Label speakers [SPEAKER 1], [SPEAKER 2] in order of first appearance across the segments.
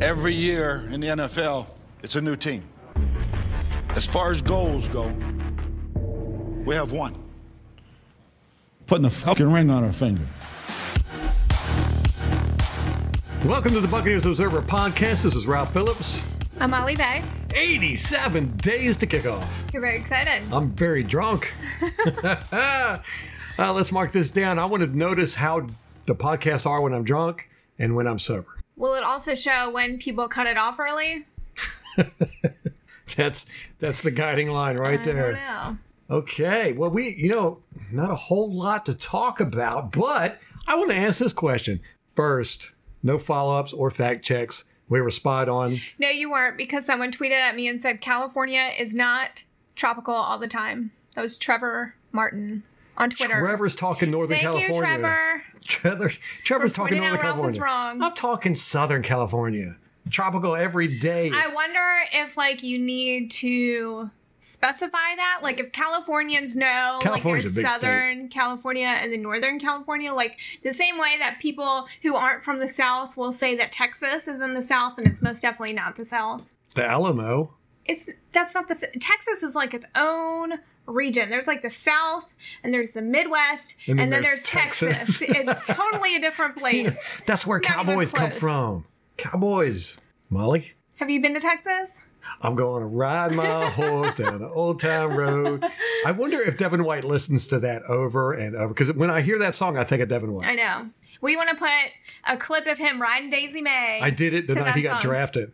[SPEAKER 1] Every year in the NFL, it's a new team. As far as goals go, we have one. Putting a fucking ring on our finger.
[SPEAKER 2] Welcome to the Buccaneers Observer podcast. This is Rob Phillips.
[SPEAKER 3] I'm Molly Bay.
[SPEAKER 2] 87 days to kick off.
[SPEAKER 3] You're very excited.
[SPEAKER 2] I'm very drunk. uh, let's mark this down. I want to notice how the podcasts are when I'm drunk and when I'm sober.
[SPEAKER 3] Will it also show when people cut it off early?
[SPEAKER 2] That's that's the guiding line right
[SPEAKER 3] I
[SPEAKER 2] there.
[SPEAKER 3] don't know.
[SPEAKER 2] Okay. Well, we, you know, not a whole lot to talk about, but I want to ask this question first. No follow ups or fact checks. We were spot on.
[SPEAKER 3] No, you weren't because someone tweeted at me and said California is not tropical all the time. That was Trevor Martin on Twitter.
[SPEAKER 2] Trevor's talking Northern
[SPEAKER 3] Thank you,
[SPEAKER 2] California.
[SPEAKER 3] Trevor.
[SPEAKER 2] Trevor. Trevor's talking
[SPEAKER 3] pointing out
[SPEAKER 2] Northern
[SPEAKER 3] Ralph was
[SPEAKER 2] California.
[SPEAKER 3] wrong.
[SPEAKER 2] I'm talking Southern California. Tropical every day.
[SPEAKER 3] I wonder if like you need to specify that, like if Californians know
[SPEAKER 2] California's a
[SPEAKER 3] like
[SPEAKER 2] big
[SPEAKER 3] there's Southern California and then Northern California, like the same way that people who aren't from the South will say that Texas is in the South and it's most definitely not the South.
[SPEAKER 2] the Alamo.
[SPEAKER 3] It's that's not the s- Texas is like its own region. There's like the South and there's the Midwest
[SPEAKER 2] And then
[SPEAKER 3] and, then
[SPEAKER 2] there's
[SPEAKER 3] there's,
[SPEAKER 2] Texas.
[SPEAKER 3] Texas. it's totally a different place.
[SPEAKER 2] That's where
[SPEAKER 3] It's not even
[SPEAKER 2] cowboys come
[SPEAKER 3] close.
[SPEAKER 2] from. Cowboys. Molly,
[SPEAKER 3] Have you been to Texas?
[SPEAKER 2] I'm going to ride my horse down the old time road. I wonder if Devin White listens to that over and over. Because when I hear that song, I think of Devin White.
[SPEAKER 3] I know. We want to put a clip of him riding Daisy May.
[SPEAKER 2] I did it the
[SPEAKER 3] to
[SPEAKER 2] night
[SPEAKER 3] that
[SPEAKER 2] he got
[SPEAKER 3] song.
[SPEAKER 2] drafted.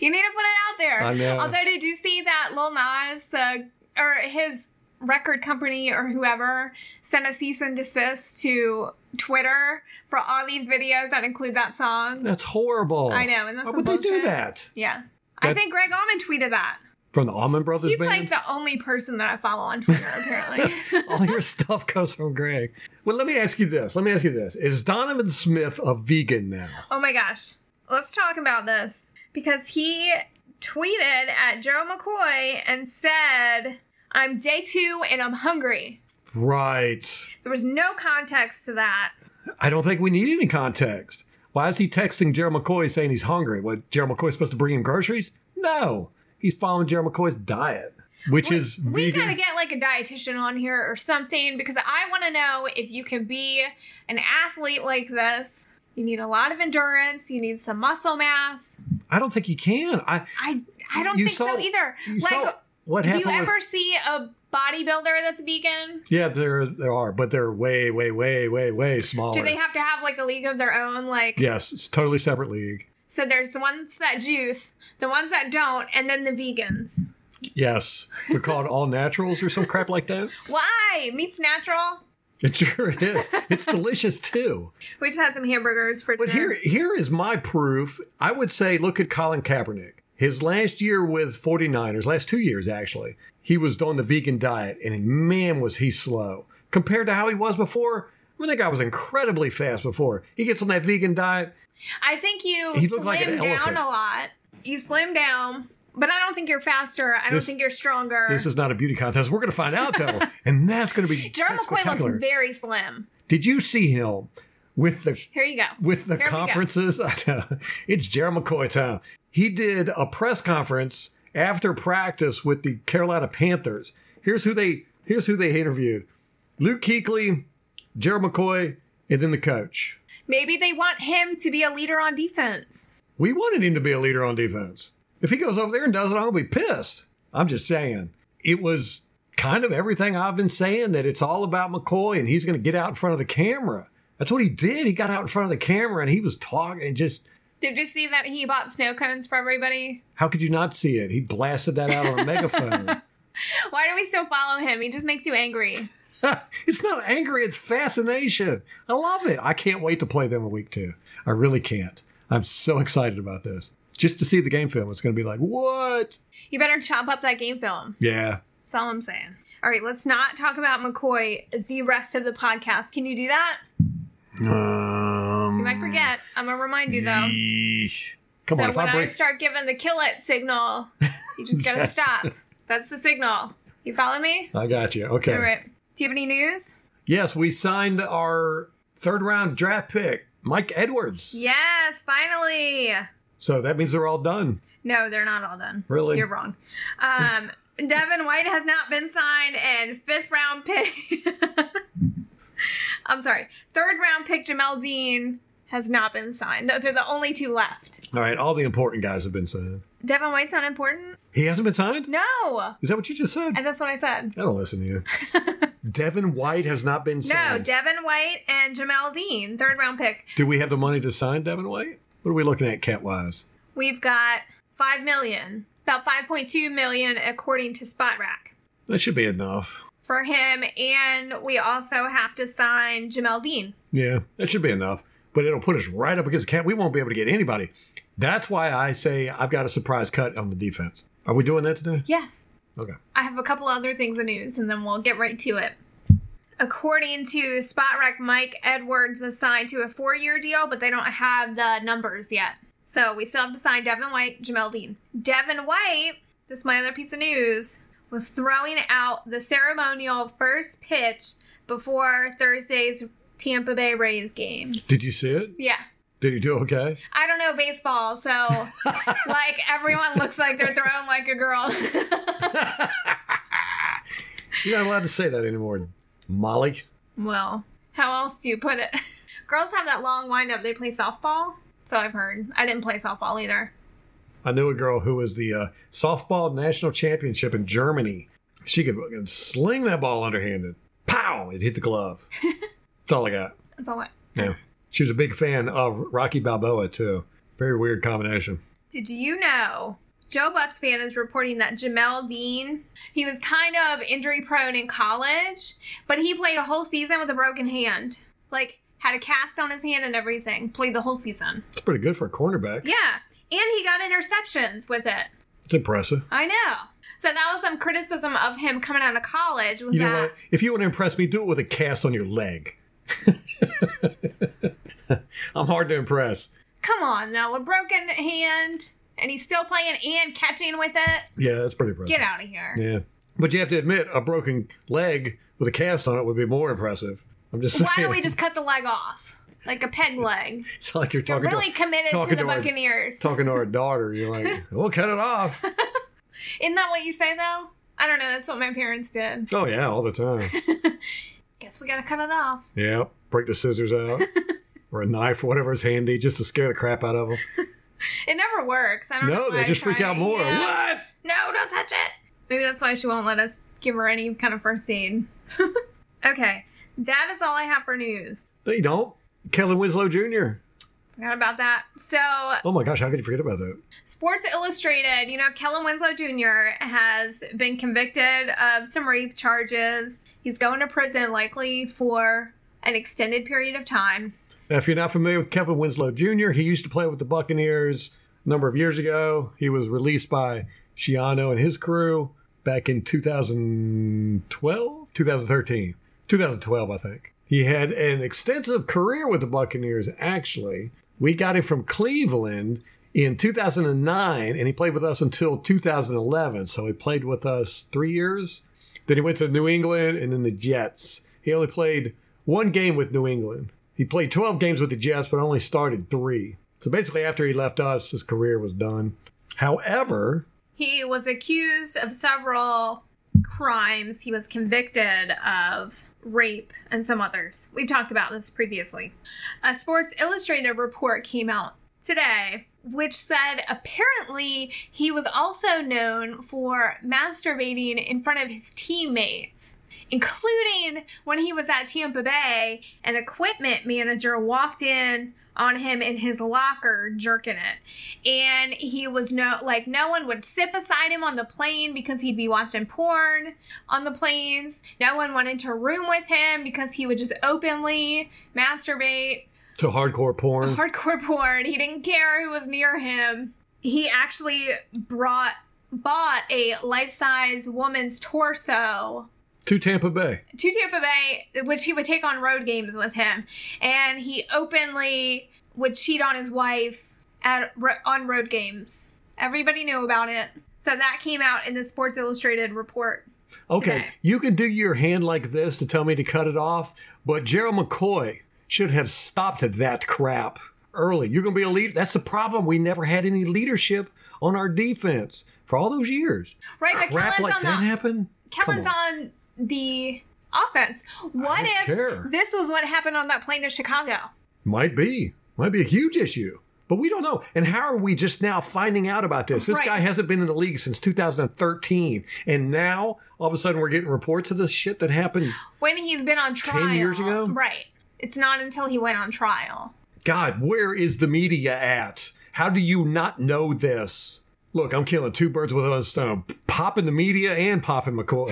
[SPEAKER 3] You need to put it out there.
[SPEAKER 2] I know.
[SPEAKER 3] Although, did you see that Lil Nas uh, or his record company or whoever sent a cease and desist to Twitter for all these videos that include that song?
[SPEAKER 2] That's horrible.
[SPEAKER 3] I know, and that's
[SPEAKER 2] Why
[SPEAKER 3] some
[SPEAKER 2] would they do
[SPEAKER 3] bullshit.
[SPEAKER 2] that?
[SPEAKER 3] Yeah. I
[SPEAKER 2] That-
[SPEAKER 3] think Greg Allman tweeted that.
[SPEAKER 2] From the Almond Brothers
[SPEAKER 3] He's
[SPEAKER 2] band?
[SPEAKER 3] like the only person that I follow on Twitter, apparently.
[SPEAKER 2] All your stuff comes from Greg. Well, let me ask you this. Let me ask you this. Is Donovan Smith a vegan now?
[SPEAKER 3] Oh my gosh. Let's talk about this because he tweeted at Joe McCoy and said, I'm day two and I'm hungry.
[SPEAKER 2] Right.
[SPEAKER 3] There was no context to that.
[SPEAKER 2] I don't think we need any context. Why is he texting Gerald McCoy saying he's hungry? What, Gerald McCoy's supposed to bring him groceries? No. He's following Gerald McCoy's diet, which is vegan.
[SPEAKER 3] We gotta get like a dietitian on here or something because I wanna know if you can be an athlete like this. You need a lot of endurance, you need some muscle mass.
[SPEAKER 2] I don't think he can. I,
[SPEAKER 3] I I don't
[SPEAKER 2] You
[SPEAKER 3] think
[SPEAKER 2] saw-
[SPEAKER 3] so either.
[SPEAKER 2] you
[SPEAKER 3] Like
[SPEAKER 2] saw what
[SPEAKER 3] do
[SPEAKER 2] happened
[SPEAKER 3] you ever
[SPEAKER 2] with-
[SPEAKER 3] see a bodybuilder that's vegan?
[SPEAKER 2] Yeah, there, there are, but they're way, way, way, way, way smaller.
[SPEAKER 3] Do they have to have like a league of their own? Like,
[SPEAKER 2] yes, it's a totally separate league.
[SPEAKER 3] so there's the ones that juice, the ones that don't, and then the vegans.
[SPEAKER 2] Yes. They're called all naturals or some crap like that.
[SPEAKER 3] Why? Meat's natural.
[SPEAKER 2] It sure is. It's delicious too.
[SPEAKER 3] We just had some hamburgers for
[SPEAKER 2] But
[SPEAKER 3] dinner.
[SPEAKER 2] here, here is my proof. I would say look at Colin Kaepernick. His last year with 49ers, last two years actually, he was on the vegan diet, and man, was he slow compared to how he was before. I mean, that guy was incredibly fast before. He gets on that vegan diet.
[SPEAKER 3] I think you
[SPEAKER 2] He
[SPEAKER 3] slim
[SPEAKER 2] looked like an
[SPEAKER 3] down
[SPEAKER 2] elephant.
[SPEAKER 3] a lot. You slim down, but I don't think you're faster. I don't
[SPEAKER 2] This-
[SPEAKER 3] think you're stronger.
[SPEAKER 2] This is not a beauty contest. We're going to find out though, and that's going to be
[SPEAKER 3] Jerome
[SPEAKER 2] that's
[SPEAKER 3] McCoy
[SPEAKER 2] spectacular.
[SPEAKER 3] looks very slim.
[SPEAKER 2] Did you see him with the
[SPEAKER 3] Here you go.
[SPEAKER 2] with the
[SPEAKER 3] Here we go.
[SPEAKER 2] conferences. I know. It's Jerry McCoy time. He did a press conference after practice with the Carolina Panthers. Here's who they here's who they interviewed: Luke Kuechly, Jerry McCoy, and then the coach.
[SPEAKER 3] Maybe they want him to be a leader on defense.
[SPEAKER 2] We wanted him to be a leader on defense. If he goes over there and does it, I'm gonna be pissed. I'm just saying. It was kind of everything I've been saying that it's all about McCoy and he's gonna get out in front of the camera. That's what he did. He got out in front of the camera and he was talking and just
[SPEAKER 3] Did you see that he bought snow cones for everybody?
[SPEAKER 2] How could you not see it? He blasted that out on a megaphone.
[SPEAKER 3] Why do we still follow him? He just makes you angry.
[SPEAKER 2] it's not anger, it's fascination. I love it. I can't wait to play them in week two. I really can't. I'm so excited about this. Just to see the game film, it's going to be like, what?
[SPEAKER 3] You better chop up that game film.
[SPEAKER 2] Yeah.
[SPEAKER 3] That's all I'm saying. All right, let's not talk about McCoy the rest of the podcast. Can you do that?
[SPEAKER 2] Um,
[SPEAKER 3] You might forget. I'm gonna remind you though.
[SPEAKER 2] yeesh. Come
[SPEAKER 3] so
[SPEAKER 2] on, if
[SPEAKER 3] when
[SPEAKER 2] I
[SPEAKER 3] I,
[SPEAKER 2] break.
[SPEAKER 3] start giving the kill it signal, you just gotta stop. That's the signal. You follow me?
[SPEAKER 2] I got you. Okay.
[SPEAKER 3] All right. Do you have any news?
[SPEAKER 2] Yes, we signed our third round draft pick Mike Edwards.
[SPEAKER 3] Yes, finally.
[SPEAKER 2] So that means they're all done.
[SPEAKER 3] No, they're not all done.
[SPEAKER 2] Really?
[SPEAKER 3] You're wrong. Um, Devin White has not been signed, and fifth round pick. I'm sorry. Third round pick Jamel Dean has not been signed. Those are the only two left.
[SPEAKER 2] All right, all the important guys have been signed.
[SPEAKER 3] Devin White's not important?
[SPEAKER 2] He hasn't been signed?
[SPEAKER 3] No.
[SPEAKER 2] Is that what you just said? I
[SPEAKER 3] And that's what I said.
[SPEAKER 2] don't listen to you. Devin White has not been
[SPEAKER 3] No,
[SPEAKER 2] signed.
[SPEAKER 3] Devin White and Jamel Dean, third round pick.
[SPEAKER 2] Do we have the money to sign Devin White? What are we looking at cat wise?
[SPEAKER 3] We've got 5 million, about 5.2 million according to SpotRack
[SPEAKER 2] That should be enough.
[SPEAKER 3] for him. And we also have to sign Jamel Dean.
[SPEAKER 2] Yeah, that should be enough. But it'll put us right up against cat. We won't be able to get anybody. That's why I say I've got a surprise cut on the defense. Are we doing that today?
[SPEAKER 3] Yes.
[SPEAKER 2] Okay.
[SPEAKER 3] I have a couple other things in news and then we'll get right to it. According to SpotRec, Mike Edwards was signed to a four year deal, but they don't have the numbers yet. So we still have to sign Devin White, Jamel Dean. Devin White, this is my other piece of news, was throwing out the ceremonial first pitch before Thursday's Tampa Bay Rays game.
[SPEAKER 2] Did you see it?
[SPEAKER 3] Yeah.
[SPEAKER 2] Did he do okay?
[SPEAKER 3] I don't know baseball, so like everyone looks like they're throwing like a girl.
[SPEAKER 2] You're not allowed to say that anymore, Molly.
[SPEAKER 3] Well, how else do you put it? Girls have that long windup. They play softball. So I've heard. I didn't play softball either.
[SPEAKER 2] I knew a girl who was the uh, softball national championship in Germany. She could fucking sling that ball underhanded. Pow! It hit the glove. That's all I got.
[SPEAKER 3] That's all I.
[SPEAKER 2] Yeah. She was a big fan of Rocky Balboa, too. Very weird combination.
[SPEAKER 3] Did you know? Joe Buck's fan is reporting that Jamel Dean, he was kind of injury prone in college, but he played a whole season with a broken hand. Like, had a cast on his hand and everything. Played the whole season.
[SPEAKER 2] It's pretty good for a cornerback.
[SPEAKER 3] Yeah. And he got interceptions with it.
[SPEAKER 2] It's impressive.
[SPEAKER 3] I know. So that was some criticism of him coming out of college. Was
[SPEAKER 2] You know
[SPEAKER 3] that
[SPEAKER 2] what? If you want to impress me, do it with a cast on your leg. I'm hard to impress.
[SPEAKER 3] Come on, though. A broken hand, and he's still playing and catching with it.
[SPEAKER 2] Yeah, that's pretty impressive.
[SPEAKER 3] Get out of here.
[SPEAKER 2] Yeah. But you have to admit, a broken leg with a cast on it would be more impressive. I'm just saying.
[SPEAKER 3] Why don't we just cut the leg off? Like a peg leg.
[SPEAKER 2] It's like you're
[SPEAKER 3] You're
[SPEAKER 2] talking to,
[SPEAKER 3] really committed to
[SPEAKER 2] talking
[SPEAKER 3] the
[SPEAKER 2] to our-
[SPEAKER 3] Buccaneers.
[SPEAKER 2] talking to our daughter. You're like, we'll cut it off.
[SPEAKER 3] Isn't that what you say, though? I don't know. That's what my parents did.
[SPEAKER 2] Oh yeah, all the time.
[SPEAKER 3] Guess we gotta cut it off.
[SPEAKER 2] Yeah, break the scissors out or a knife, whatever's handy, just to scare the crap out of them.
[SPEAKER 3] It never works. I don't know.
[SPEAKER 2] No,
[SPEAKER 3] why
[SPEAKER 2] they
[SPEAKER 3] I
[SPEAKER 2] just freak
[SPEAKER 3] tried
[SPEAKER 2] out
[SPEAKER 3] it.
[SPEAKER 2] more.
[SPEAKER 3] Yeah.
[SPEAKER 2] What?
[SPEAKER 3] No, don't touch it. Maybe that's why she won't let us give her any kind of first aid. okay, that is all I have for news.
[SPEAKER 2] They don't. Kellen Winslow Jr.
[SPEAKER 3] Forgot about that. So
[SPEAKER 2] Oh my gosh, how could you forget about that?
[SPEAKER 3] Sports Illustrated, you know, Kellen Winslow Jr. has been convicted of some rape charges. He's going to prison likely for an extended period of time.
[SPEAKER 2] Now, if you're not familiar with Kevin Winslow Jr., he used to play with the Buccaneers a number of years ago. He was released by Shiano and his crew back in 2012, 2013, 2012, I think. He had an extensive career with the Buccaneers, actually. We got him from Cleveland in 2009, and he played with us until 2011. So he played with us three years. Then he went to New England and then the Jets. He only played one game with New England. He played 12 games with the Jets, but only started three. So basically, after he left us, his career was done. However,
[SPEAKER 3] He was accused of several crimes. He was convicted of rape and some others. We've talked about this previously. A Sports Illustrated report came out today which said apparently he was also known for masturbating in front of his teammates. Including when he was at Tampa Bay, an equipment manager walked in on him in his locker, jerking it and he was no like no one would sit beside him on the plane because he'd be watching porn on the planes no one wanted to room with him because he would just openly masturbate
[SPEAKER 2] to hardcore porn,
[SPEAKER 3] hardcore porn he didn't care who was near him he actually brought bought a life-size woman's torso
[SPEAKER 2] to Tampa Bay.
[SPEAKER 3] to Tampa Bay, which he would take on road games with him, and he openly would cheat on his wife at on road games. Everybody knew about it, so that came out in the Sports Illustrated report.
[SPEAKER 2] Okay,
[SPEAKER 3] Today.
[SPEAKER 2] you can do your hand like this to tell me to cut it off, but Gerald McCoy should have stopped that crap early. You're going to be a leader. That's the problem. We never had any leadership on our defense for all those years.
[SPEAKER 3] Right, but
[SPEAKER 2] Crap like
[SPEAKER 3] Kellen's Uh, on
[SPEAKER 2] that
[SPEAKER 3] the
[SPEAKER 2] happened. Come
[SPEAKER 3] Kellen's on. the offense. What
[SPEAKER 2] don't
[SPEAKER 3] if
[SPEAKER 2] care.
[SPEAKER 3] this was what happened on that plane to Chicago?
[SPEAKER 2] Might be. Might be a huge issue. But we don't know. And how are we just now finding out about this? This
[SPEAKER 3] Right.
[SPEAKER 2] guy hasn't been in the league since 2013. And now, all of a sudden, we're getting reports of this shit that happened.
[SPEAKER 3] When he's been on trial.
[SPEAKER 2] years ago?
[SPEAKER 3] Right. It's not until he went on trial.
[SPEAKER 2] God, where is the media at? How do you not know this? Look, I'm killing two birds with one stone. Popping the media and popping McCoy.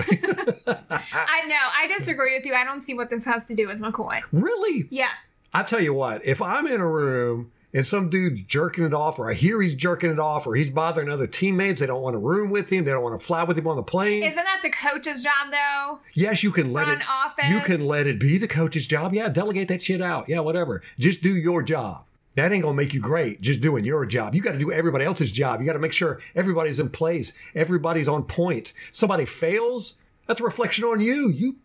[SPEAKER 3] I know. I disagree with you. I don't see what this has to do with McCoy.
[SPEAKER 2] really?
[SPEAKER 3] Yeah.
[SPEAKER 2] I tell you what, if I'm in a room and some dude's jerking it off, or I hear he's jerking it off, or he's bothering other teammates, they don't want to room with him, they don't want to fly with him on the plane.
[SPEAKER 3] Isn't that the coach's job, though?
[SPEAKER 2] yes, you can let
[SPEAKER 3] run
[SPEAKER 2] it.
[SPEAKER 3] offense?
[SPEAKER 2] You can let it be the coach's job. Yeah, delegate that shit out. Yeah, whatever. Just do your job. That ain't gonna make you great. Just doing your job. You got to do everybody else's job. You got to make sure everybody's in place. Everybody's on point. Somebody fails, that's a reflection on you. You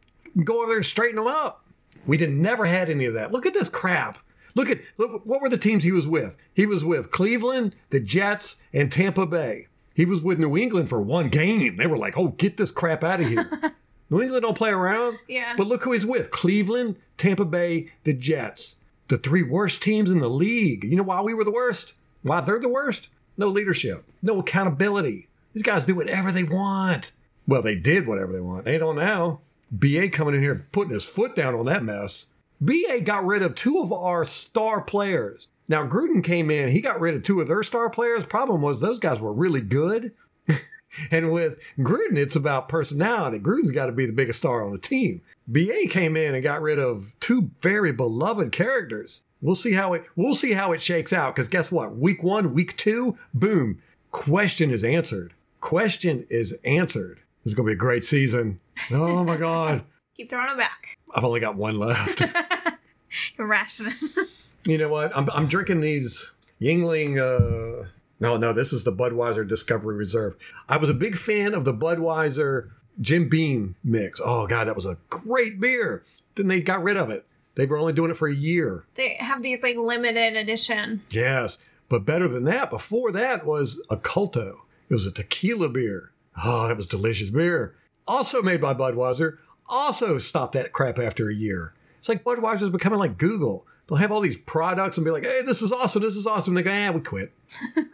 [SPEAKER 2] go over there and straighten them up. We didn't never had any of that. Look at this crap. Look at look, what were the teams he was with? He was with Cleveland, the Jets, and Tampa Bay. He was with New England for one game. They were like, "Oh, get this crap out of here." New England don't play around.
[SPEAKER 3] Yeah.
[SPEAKER 2] But look who he's with: Cleveland, Tampa Bay, the Jets, the three worst teams in the league. You know why we were the worst? Why they're the worst? No leadership, no accountability. These guys do whatever they want. Well, they did whatever they want. They don't now. BA coming in here and putting his foot down on that mess. BA got rid of two of our star players. Now Gruden came in, he got rid of two of their star players. Problem was those guys were really good. and with Gruden, it's about personality. Gruden's got to be the biggest star on the team. BA came in and got rid of two very beloved characters. We'll see how it we'll see how it shakes out cuz guess what? Week 1, week 2, boom, question is answered. Question is answered. This is going to be a great season. Oh my god.
[SPEAKER 3] Keep throwing him back.
[SPEAKER 2] I've only got one left.
[SPEAKER 3] Irrational.
[SPEAKER 2] You know what? I'm, I'm drinking these Yingling. Uh, no, no, this is the Budweiser Discovery Reserve. I was a big fan of the Budweiser Jim Beam mix. Oh, God, that was a great beer. Then they got rid of it. They were only doing it for a year.
[SPEAKER 3] they have these like limited edition.
[SPEAKER 2] Yes. But better than that, before that was a culto. It was a tequila beer. Oh, that was delicious beer. Also made by Budweiser. Also stopped that crap after a year. It's like Budweiser's becoming like Google. They'll have all these products and be like, hey, this is awesome, this is awesome. They go, ah, we quit.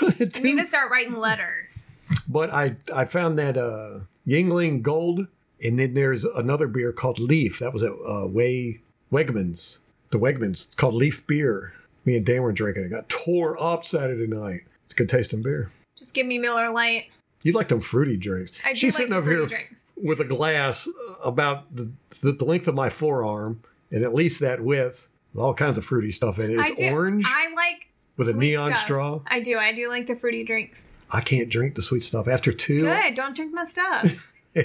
[SPEAKER 3] We need to start writing letters.
[SPEAKER 2] But I, I found that uh, Yingling Gold, and then there's another beer called Leaf. That was at uh, Way Wegmans. The Wegmans. It's called Leaf Beer. Me and Dan were drinking. it. got tore up Saturday night. It's a good tasting beer.
[SPEAKER 3] Just give me Miller Lite.
[SPEAKER 2] You like them fruity drinks.
[SPEAKER 3] I do
[SPEAKER 2] She's
[SPEAKER 3] like
[SPEAKER 2] sitting
[SPEAKER 3] the
[SPEAKER 2] over
[SPEAKER 3] fruity
[SPEAKER 2] here
[SPEAKER 3] Drinks.
[SPEAKER 2] with a glass uh, about the, the, the length of my forearm, and at least that width, with all kinds of fruity stuff in it.
[SPEAKER 3] I
[SPEAKER 2] It's
[SPEAKER 3] do.
[SPEAKER 2] orange
[SPEAKER 3] I like
[SPEAKER 2] with a
[SPEAKER 3] sweet
[SPEAKER 2] neon
[SPEAKER 3] stuff.
[SPEAKER 2] straw.
[SPEAKER 3] I do. I do like the fruity drinks.
[SPEAKER 2] I can't drink the sweet stuff after two.
[SPEAKER 3] Good. Don't drink my stuff.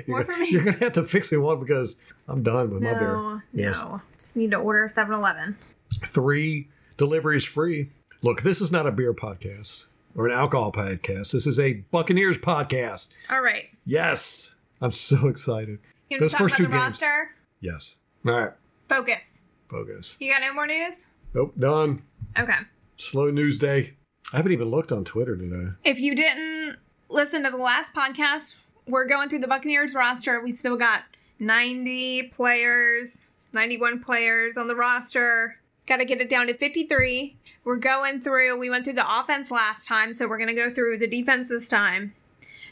[SPEAKER 3] More for me.
[SPEAKER 2] You're gonna have to fix me one because I'm done with my
[SPEAKER 3] no,
[SPEAKER 2] beer.
[SPEAKER 3] no. Just need to order 7-Eleven.
[SPEAKER 2] Three deliveries free. Look, this is not a beer podcast or an alcohol podcast. This is a Buccaneers podcast.
[SPEAKER 3] All right.
[SPEAKER 2] Yes. I'm so excited.
[SPEAKER 3] You want
[SPEAKER 2] Those
[SPEAKER 3] to talk
[SPEAKER 2] first
[SPEAKER 3] about
[SPEAKER 2] two
[SPEAKER 3] the
[SPEAKER 2] games.
[SPEAKER 3] roster?
[SPEAKER 2] Yes. All right.
[SPEAKER 3] Focus.
[SPEAKER 2] Focus.
[SPEAKER 3] You got no more news?
[SPEAKER 2] Nope. Done.
[SPEAKER 3] Okay.
[SPEAKER 2] Slow news day. I haven't even looked on Twitter today.
[SPEAKER 3] If you didn't listen to the last podcast, we're going through the Buccaneers roster. We still got 90 players, 91 players on the roster. Got to get it down to 53. We're going through, we went through the offense last time, so we're going to go through the defense this time.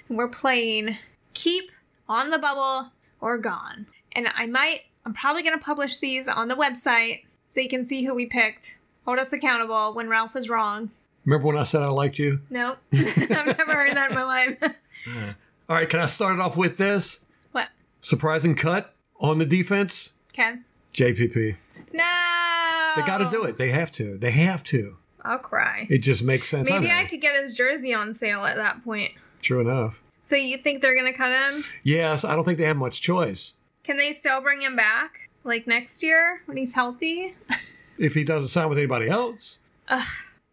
[SPEAKER 3] And we're playing keep, on the bubble, or gone. And I might, I'm probably going to publish these on the website so you can see who we picked. Hold us accountable when Ralph is wrong.
[SPEAKER 2] Remember when I said I liked you?
[SPEAKER 3] No, I've never heard that in my life.
[SPEAKER 2] All right. Can I start it off with this
[SPEAKER 3] what?
[SPEAKER 2] surprising cut on the defense?
[SPEAKER 3] Okay.
[SPEAKER 2] JPP.
[SPEAKER 3] No.
[SPEAKER 2] They got
[SPEAKER 3] Oh.
[SPEAKER 2] to do it. They have to. They have to.
[SPEAKER 3] I'll cry.
[SPEAKER 2] It just makes sense.
[SPEAKER 3] Maybe
[SPEAKER 2] know.
[SPEAKER 3] I could get his jersey on sale at that point.
[SPEAKER 2] True enough.
[SPEAKER 3] So you think they're gonna cut him?
[SPEAKER 2] Yes, I don't think they have much choice.
[SPEAKER 3] Can they still bring him back like next year when he's healthy?
[SPEAKER 2] If he doesn't sign with anybody else,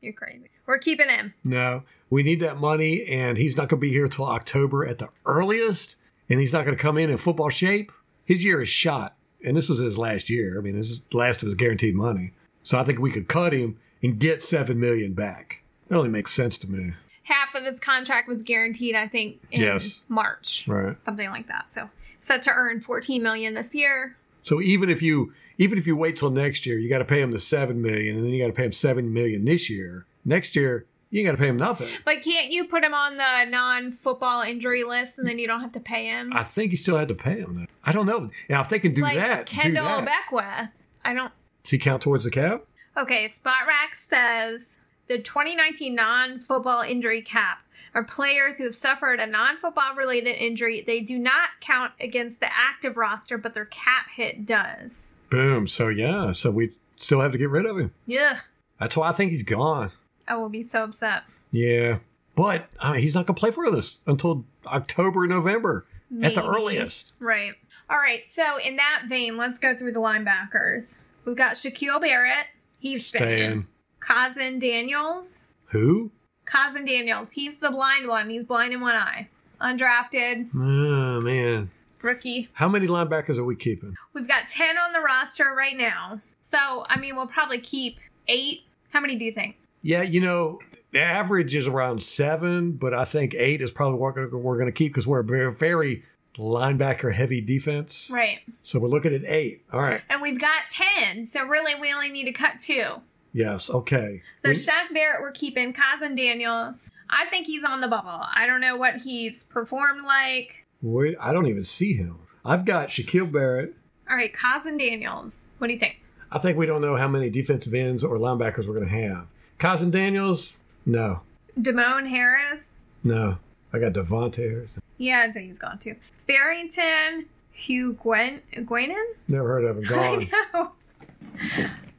[SPEAKER 3] You're crazy. We're keeping him.
[SPEAKER 2] no. We need that money, and he's not going to be here till October at the earliest, and he's not going to come in in football shape. His year is shot. and this was his last year. I mean, this is the last of his guaranteed money. So I think we could cut him and get seven million back. That only makes sense to me.
[SPEAKER 3] Half of his contract was guaranteed, I think, in
[SPEAKER 2] Yes.
[SPEAKER 3] March,
[SPEAKER 2] Right.
[SPEAKER 3] something like that. So set to earn 14 million this year.
[SPEAKER 2] So even if you even if you wait till next year, you got to pay him the seven million, and then you got to pay him seven million this year. Next year, you ain't got to pay him nothing.
[SPEAKER 3] But can't you put him on the non-football injury list, and then you don't have to pay him?
[SPEAKER 2] I think you still had to pay him. That. I don't know. Now if they can do
[SPEAKER 3] like
[SPEAKER 2] that,
[SPEAKER 3] Kendall
[SPEAKER 2] do that.
[SPEAKER 3] Beckwith. I don't.
[SPEAKER 2] Does he count towards the cap?
[SPEAKER 3] Okay, Spot Rack says the 2019 non football injury cap are players who have suffered a non football related injury. They do not count against the active roster, but their cap hit does.
[SPEAKER 2] Boom. So yeah. So we still have to get rid of him.
[SPEAKER 3] Yeah,
[SPEAKER 2] That's why I think he's gone.
[SPEAKER 3] I will be so upset.
[SPEAKER 2] Yeah. But I mean, he's not going to play for us until October, November at the
[SPEAKER 3] Maybe.
[SPEAKER 2] earliest.
[SPEAKER 3] Right. All right. So, in that vein, let's go through the linebackers. We've got Shaquille Barrett. He's staying.
[SPEAKER 2] Stan.
[SPEAKER 3] Cousin Daniels.
[SPEAKER 2] Who?
[SPEAKER 3] Cousin Daniels. He's the blind one. He's blind in one eye. Undrafted.
[SPEAKER 2] Oh, man.
[SPEAKER 3] Rookie.
[SPEAKER 2] How many linebackers are we keeping?
[SPEAKER 3] We've got 10 on the roster right now. So, I mean, we'll probably keep eight. How many do you think?
[SPEAKER 2] Yeah, you know, the average is around seven, but I think eight is probably what we're- we're going to keep because we're a very, very linebacker heavy defense.
[SPEAKER 3] Right.
[SPEAKER 2] So we're looking at eight. All right.
[SPEAKER 3] And we've got 10. So, really, we only need to cut two.
[SPEAKER 2] Yes. Okay.
[SPEAKER 3] So,
[SPEAKER 2] We-
[SPEAKER 3] Shaq Barrett, we're keeping. Cousin Daniels. I think he's on the bubble. I don't know what he's performed like.
[SPEAKER 2] we- I don't even see him. I've got Shaquille Barrett.
[SPEAKER 3] All right, Cousin Daniels. What do you think?
[SPEAKER 2] I think we don't know how many defensive ends or linebackers we're going to have. Cousin Daniels? No.
[SPEAKER 3] Damone Harris.
[SPEAKER 2] No, I got Devontae Harris.
[SPEAKER 3] Yeah, I'd say he's gone too. Farrington. Hugh Gwen Gwenon.
[SPEAKER 2] Never heard of him. Gone.
[SPEAKER 3] I know.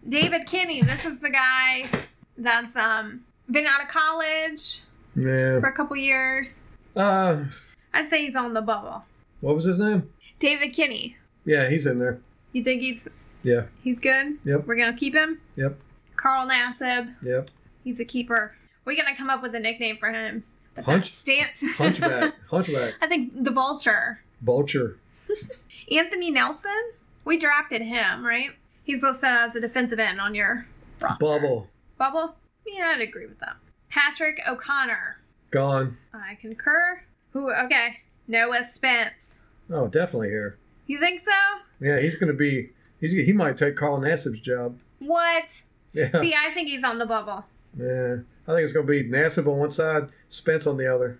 [SPEAKER 3] David Kinney, this is the guy that's um been out of college
[SPEAKER 2] Yeah.
[SPEAKER 3] for a couple years.
[SPEAKER 2] Uh,
[SPEAKER 3] I'd say he's on the bubble.
[SPEAKER 2] what was his name?
[SPEAKER 3] David Kinney,
[SPEAKER 2] Yeah, he's in there.
[SPEAKER 3] you think he's
[SPEAKER 2] Yeah.
[SPEAKER 3] he's good?
[SPEAKER 2] Yep.
[SPEAKER 3] We're gonna keep him.
[SPEAKER 2] Yep.
[SPEAKER 3] Carl Nassib,
[SPEAKER 2] Yep.
[SPEAKER 3] he's a keeper. We're gonna come up with a nickname for him. But
[SPEAKER 2] Hunch-
[SPEAKER 3] that stance.
[SPEAKER 2] Hunchback. Hunchback.
[SPEAKER 3] I think the vulture.
[SPEAKER 2] Vulture.
[SPEAKER 3] Anthony Nelson. We drafted him, right? He's listed as a defensive end on your roster.
[SPEAKER 2] Bubble.
[SPEAKER 3] Bubble? Yeah, I'd agree with that. Patrick O'Connor.
[SPEAKER 2] Gone.
[SPEAKER 3] I concur. Who? Okay. Noah Spence.
[SPEAKER 2] Oh, definitely here.
[SPEAKER 3] You think so?
[SPEAKER 2] Yeah, he's going to be. He's he might take Carl Nassib's job.
[SPEAKER 3] What?
[SPEAKER 2] Yeah.
[SPEAKER 3] See, I think he's on the bubble.
[SPEAKER 2] yeah. I think it's going to be Nassib on one side, Spence on the other.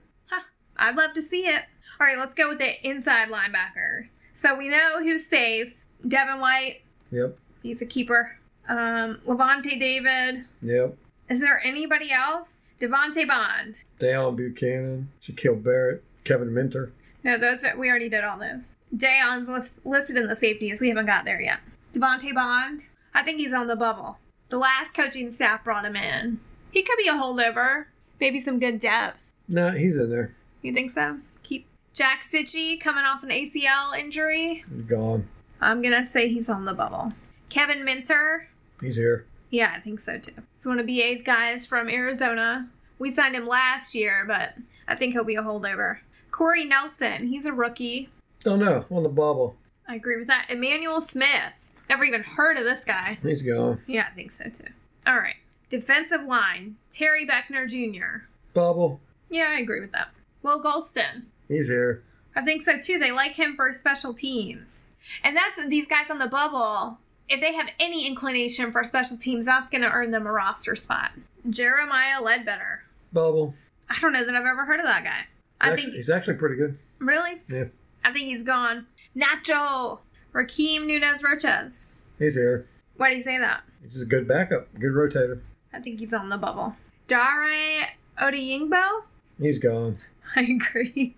[SPEAKER 3] I'd love to see it. All right, let's go with the inside linebackers. So we know who's safe. Devin White.
[SPEAKER 2] Yep.
[SPEAKER 3] He's a keeper. Um, Levante David.
[SPEAKER 2] Yep.
[SPEAKER 3] Is there anybody else? Devonte Bond.
[SPEAKER 2] Dale Buchanan, Shaquille Barrett, Kevin Minter.
[SPEAKER 3] No, those are, we already did all those. Dayon's lis- listed in the safeties. We haven't got there yet. Devontae Bond, I think he's on the bubble. The last coaching staff brought him in. He could be a holdover. Maybe some good depth.
[SPEAKER 2] No, he's in there.
[SPEAKER 3] You think so? Keep Jack Sitchy coming off an ACL injury.
[SPEAKER 2] He's gone.
[SPEAKER 3] I'm gonna say he's on the bubble. Kevin Minter,
[SPEAKER 2] He's here.
[SPEAKER 3] yeah, I think so too. He's one of BA's guys from Arizona. We signed him last year, but I think he'll be a holdover. Corey Nelson, he's a rookie.
[SPEAKER 2] Don't know. On the bubble.
[SPEAKER 3] I agree with that. Emmanuel Smith. Never even heard of this guy.
[SPEAKER 2] He's gone.
[SPEAKER 3] Yeah, I think so too. All right. Defensive line. Terry Beckner Jr.
[SPEAKER 2] Bubble.
[SPEAKER 3] Yeah, I agree with that. Will Golston.
[SPEAKER 2] He's here.
[SPEAKER 3] I think so too. They like him for special teams. And that's these guys on the bubble. If they have any inclination for special teams, that's going to earn them a roster spot. Jeremiah Ledbetter.
[SPEAKER 2] Bubble.
[SPEAKER 3] I don't know that I've ever heard of that guy. I
[SPEAKER 2] Actually-
[SPEAKER 3] think,
[SPEAKER 2] he's actually pretty good.
[SPEAKER 3] really?
[SPEAKER 2] Yeah,
[SPEAKER 3] I think he's gone. Nacho. Raheem Nunez Roches.
[SPEAKER 2] he's here.
[SPEAKER 3] Why do you say that?
[SPEAKER 2] He's a good backup, good rotator.
[SPEAKER 3] I think he's on the bubble. Dare Odeyingbo?
[SPEAKER 2] He's gone.
[SPEAKER 3] I agree.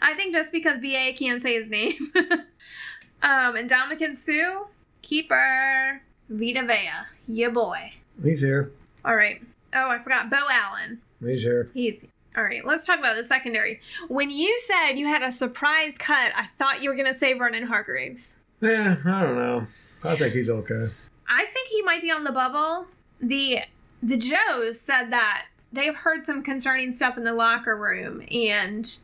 [SPEAKER 3] I think just because BA can't say his name. um, and Dominican Sue, keeper. Vita Vea, ya boy.
[SPEAKER 2] He's here.
[SPEAKER 3] All right. Oh, I forgot. Bo Allen.
[SPEAKER 2] He's here.
[SPEAKER 3] He's. All right, let's talk about the secondary. When you said you had a surprise cut, I thought you were going to say Vernon Hargreaves.
[SPEAKER 2] Yeah, I don't know. I think he's okay.
[SPEAKER 3] I think he might be on the bubble. The the Joes said that they've heard some concerning stuff in the locker room and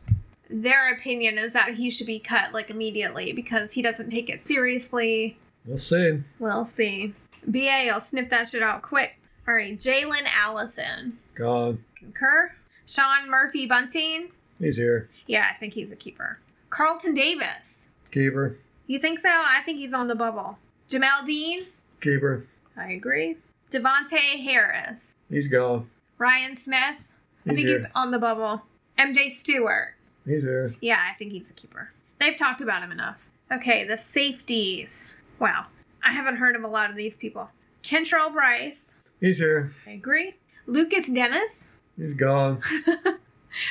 [SPEAKER 3] their opinion is that he should be cut like immediately because he doesn't take it seriously.
[SPEAKER 2] We'll see.
[SPEAKER 3] We'll see. BA, I'll snip that shit out quick. All right, Jalen Allison.
[SPEAKER 2] Gone.
[SPEAKER 3] Concur. Sean Murphy Bunting.
[SPEAKER 2] He's here.
[SPEAKER 3] Yeah, I think he's a keeper. Carlton Davis.
[SPEAKER 2] Keeper.
[SPEAKER 3] You think so? I think he's on the bubble. Jamel Dean.
[SPEAKER 2] Keeper.
[SPEAKER 3] I agree. Devonte Harris.
[SPEAKER 2] He's gone.
[SPEAKER 3] Ryan Smith. I
[SPEAKER 2] He's
[SPEAKER 3] think
[SPEAKER 2] here.
[SPEAKER 3] he's on the bubble. MJ Stewart.
[SPEAKER 2] He's here.
[SPEAKER 3] Yeah, I think he's a keeper. They've talked about him enough. Okay, the safeties. Wow. I haven't heard of a lot of these people. Kentrell Bryce.
[SPEAKER 2] He's here.
[SPEAKER 3] I agree. Lucas Dennis.
[SPEAKER 2] He's gone.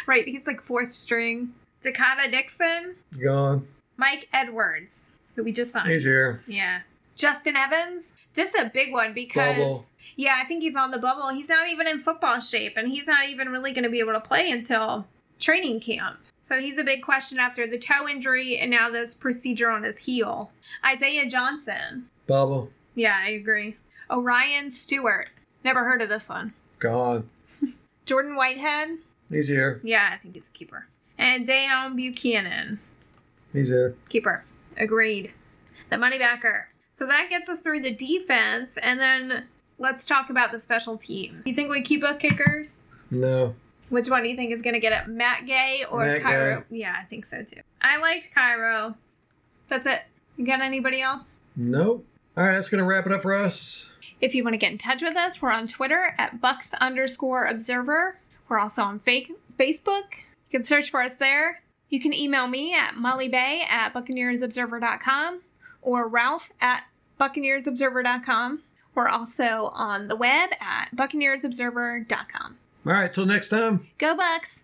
[SPEAKER 3] Right, he's like fourth string. Dakota Dixon.
[SPEAKER 2] gone.
[SPEAKER 3] Mike Edwards, who we just signed.
[SPEAKER 2] He's here.
[SPEAKER 3] Yeah. Justin Evans. This is a big one because
[SPEAKER 2] Bubble.
[SPEAKER 3] yeah, I think he's on the bubble. He's not even in football shape and he's not even really going to be able to play until training camp. So he's a big question after the toe injury and now this procedure on his heel. Isaiah Johnson.
[SPEAKER 2] Bubble.
[SPEAKER 3] Yeah, I agree. Orion Stewart. Never heard of this one.
[SPEAKER 2] Gone.
[SPEAKER 3] Jordan Whitehead.
[SPEAKER 2] He's here.
[SPEAKER 3] Yeah, I think he's a keeper. And Dayon Buchanan.
[SPEAKER 2] He's here.
[SPEAKER 3] Keeper. Agreed. The money backer. So that gets us through the defense, and then let's talk about the special team. You think we keep both kickers?
[SPEAKER 2] No.
[SPEAKER 3] Which one do you think is going to get it? Matt Gay or
[SPEAKER 2] Matt
[SPEAKER 3] Cairo?
[SPEAKER 2] Gay.
[SPEAKER 3] Yeah, I think so too. I liked Cairo. That's it. You got anybody else?
[SPEAKER 2] Nope. All right, that's going to wrap it up for us.
[SPEAKER 3] If you want to get in touch with us, we're on Twitter at Bucks underscore Observer. We're also on fake Facebook. You can search for us there. You can email me at mullybay at buccaneersobserver.com or ralph at buccaneersobserver.com. We're also on the web at buccaneersobserver.com.
[SPEAKER 2] All right, till next time.
[SPEAKER 3] Go Bucks!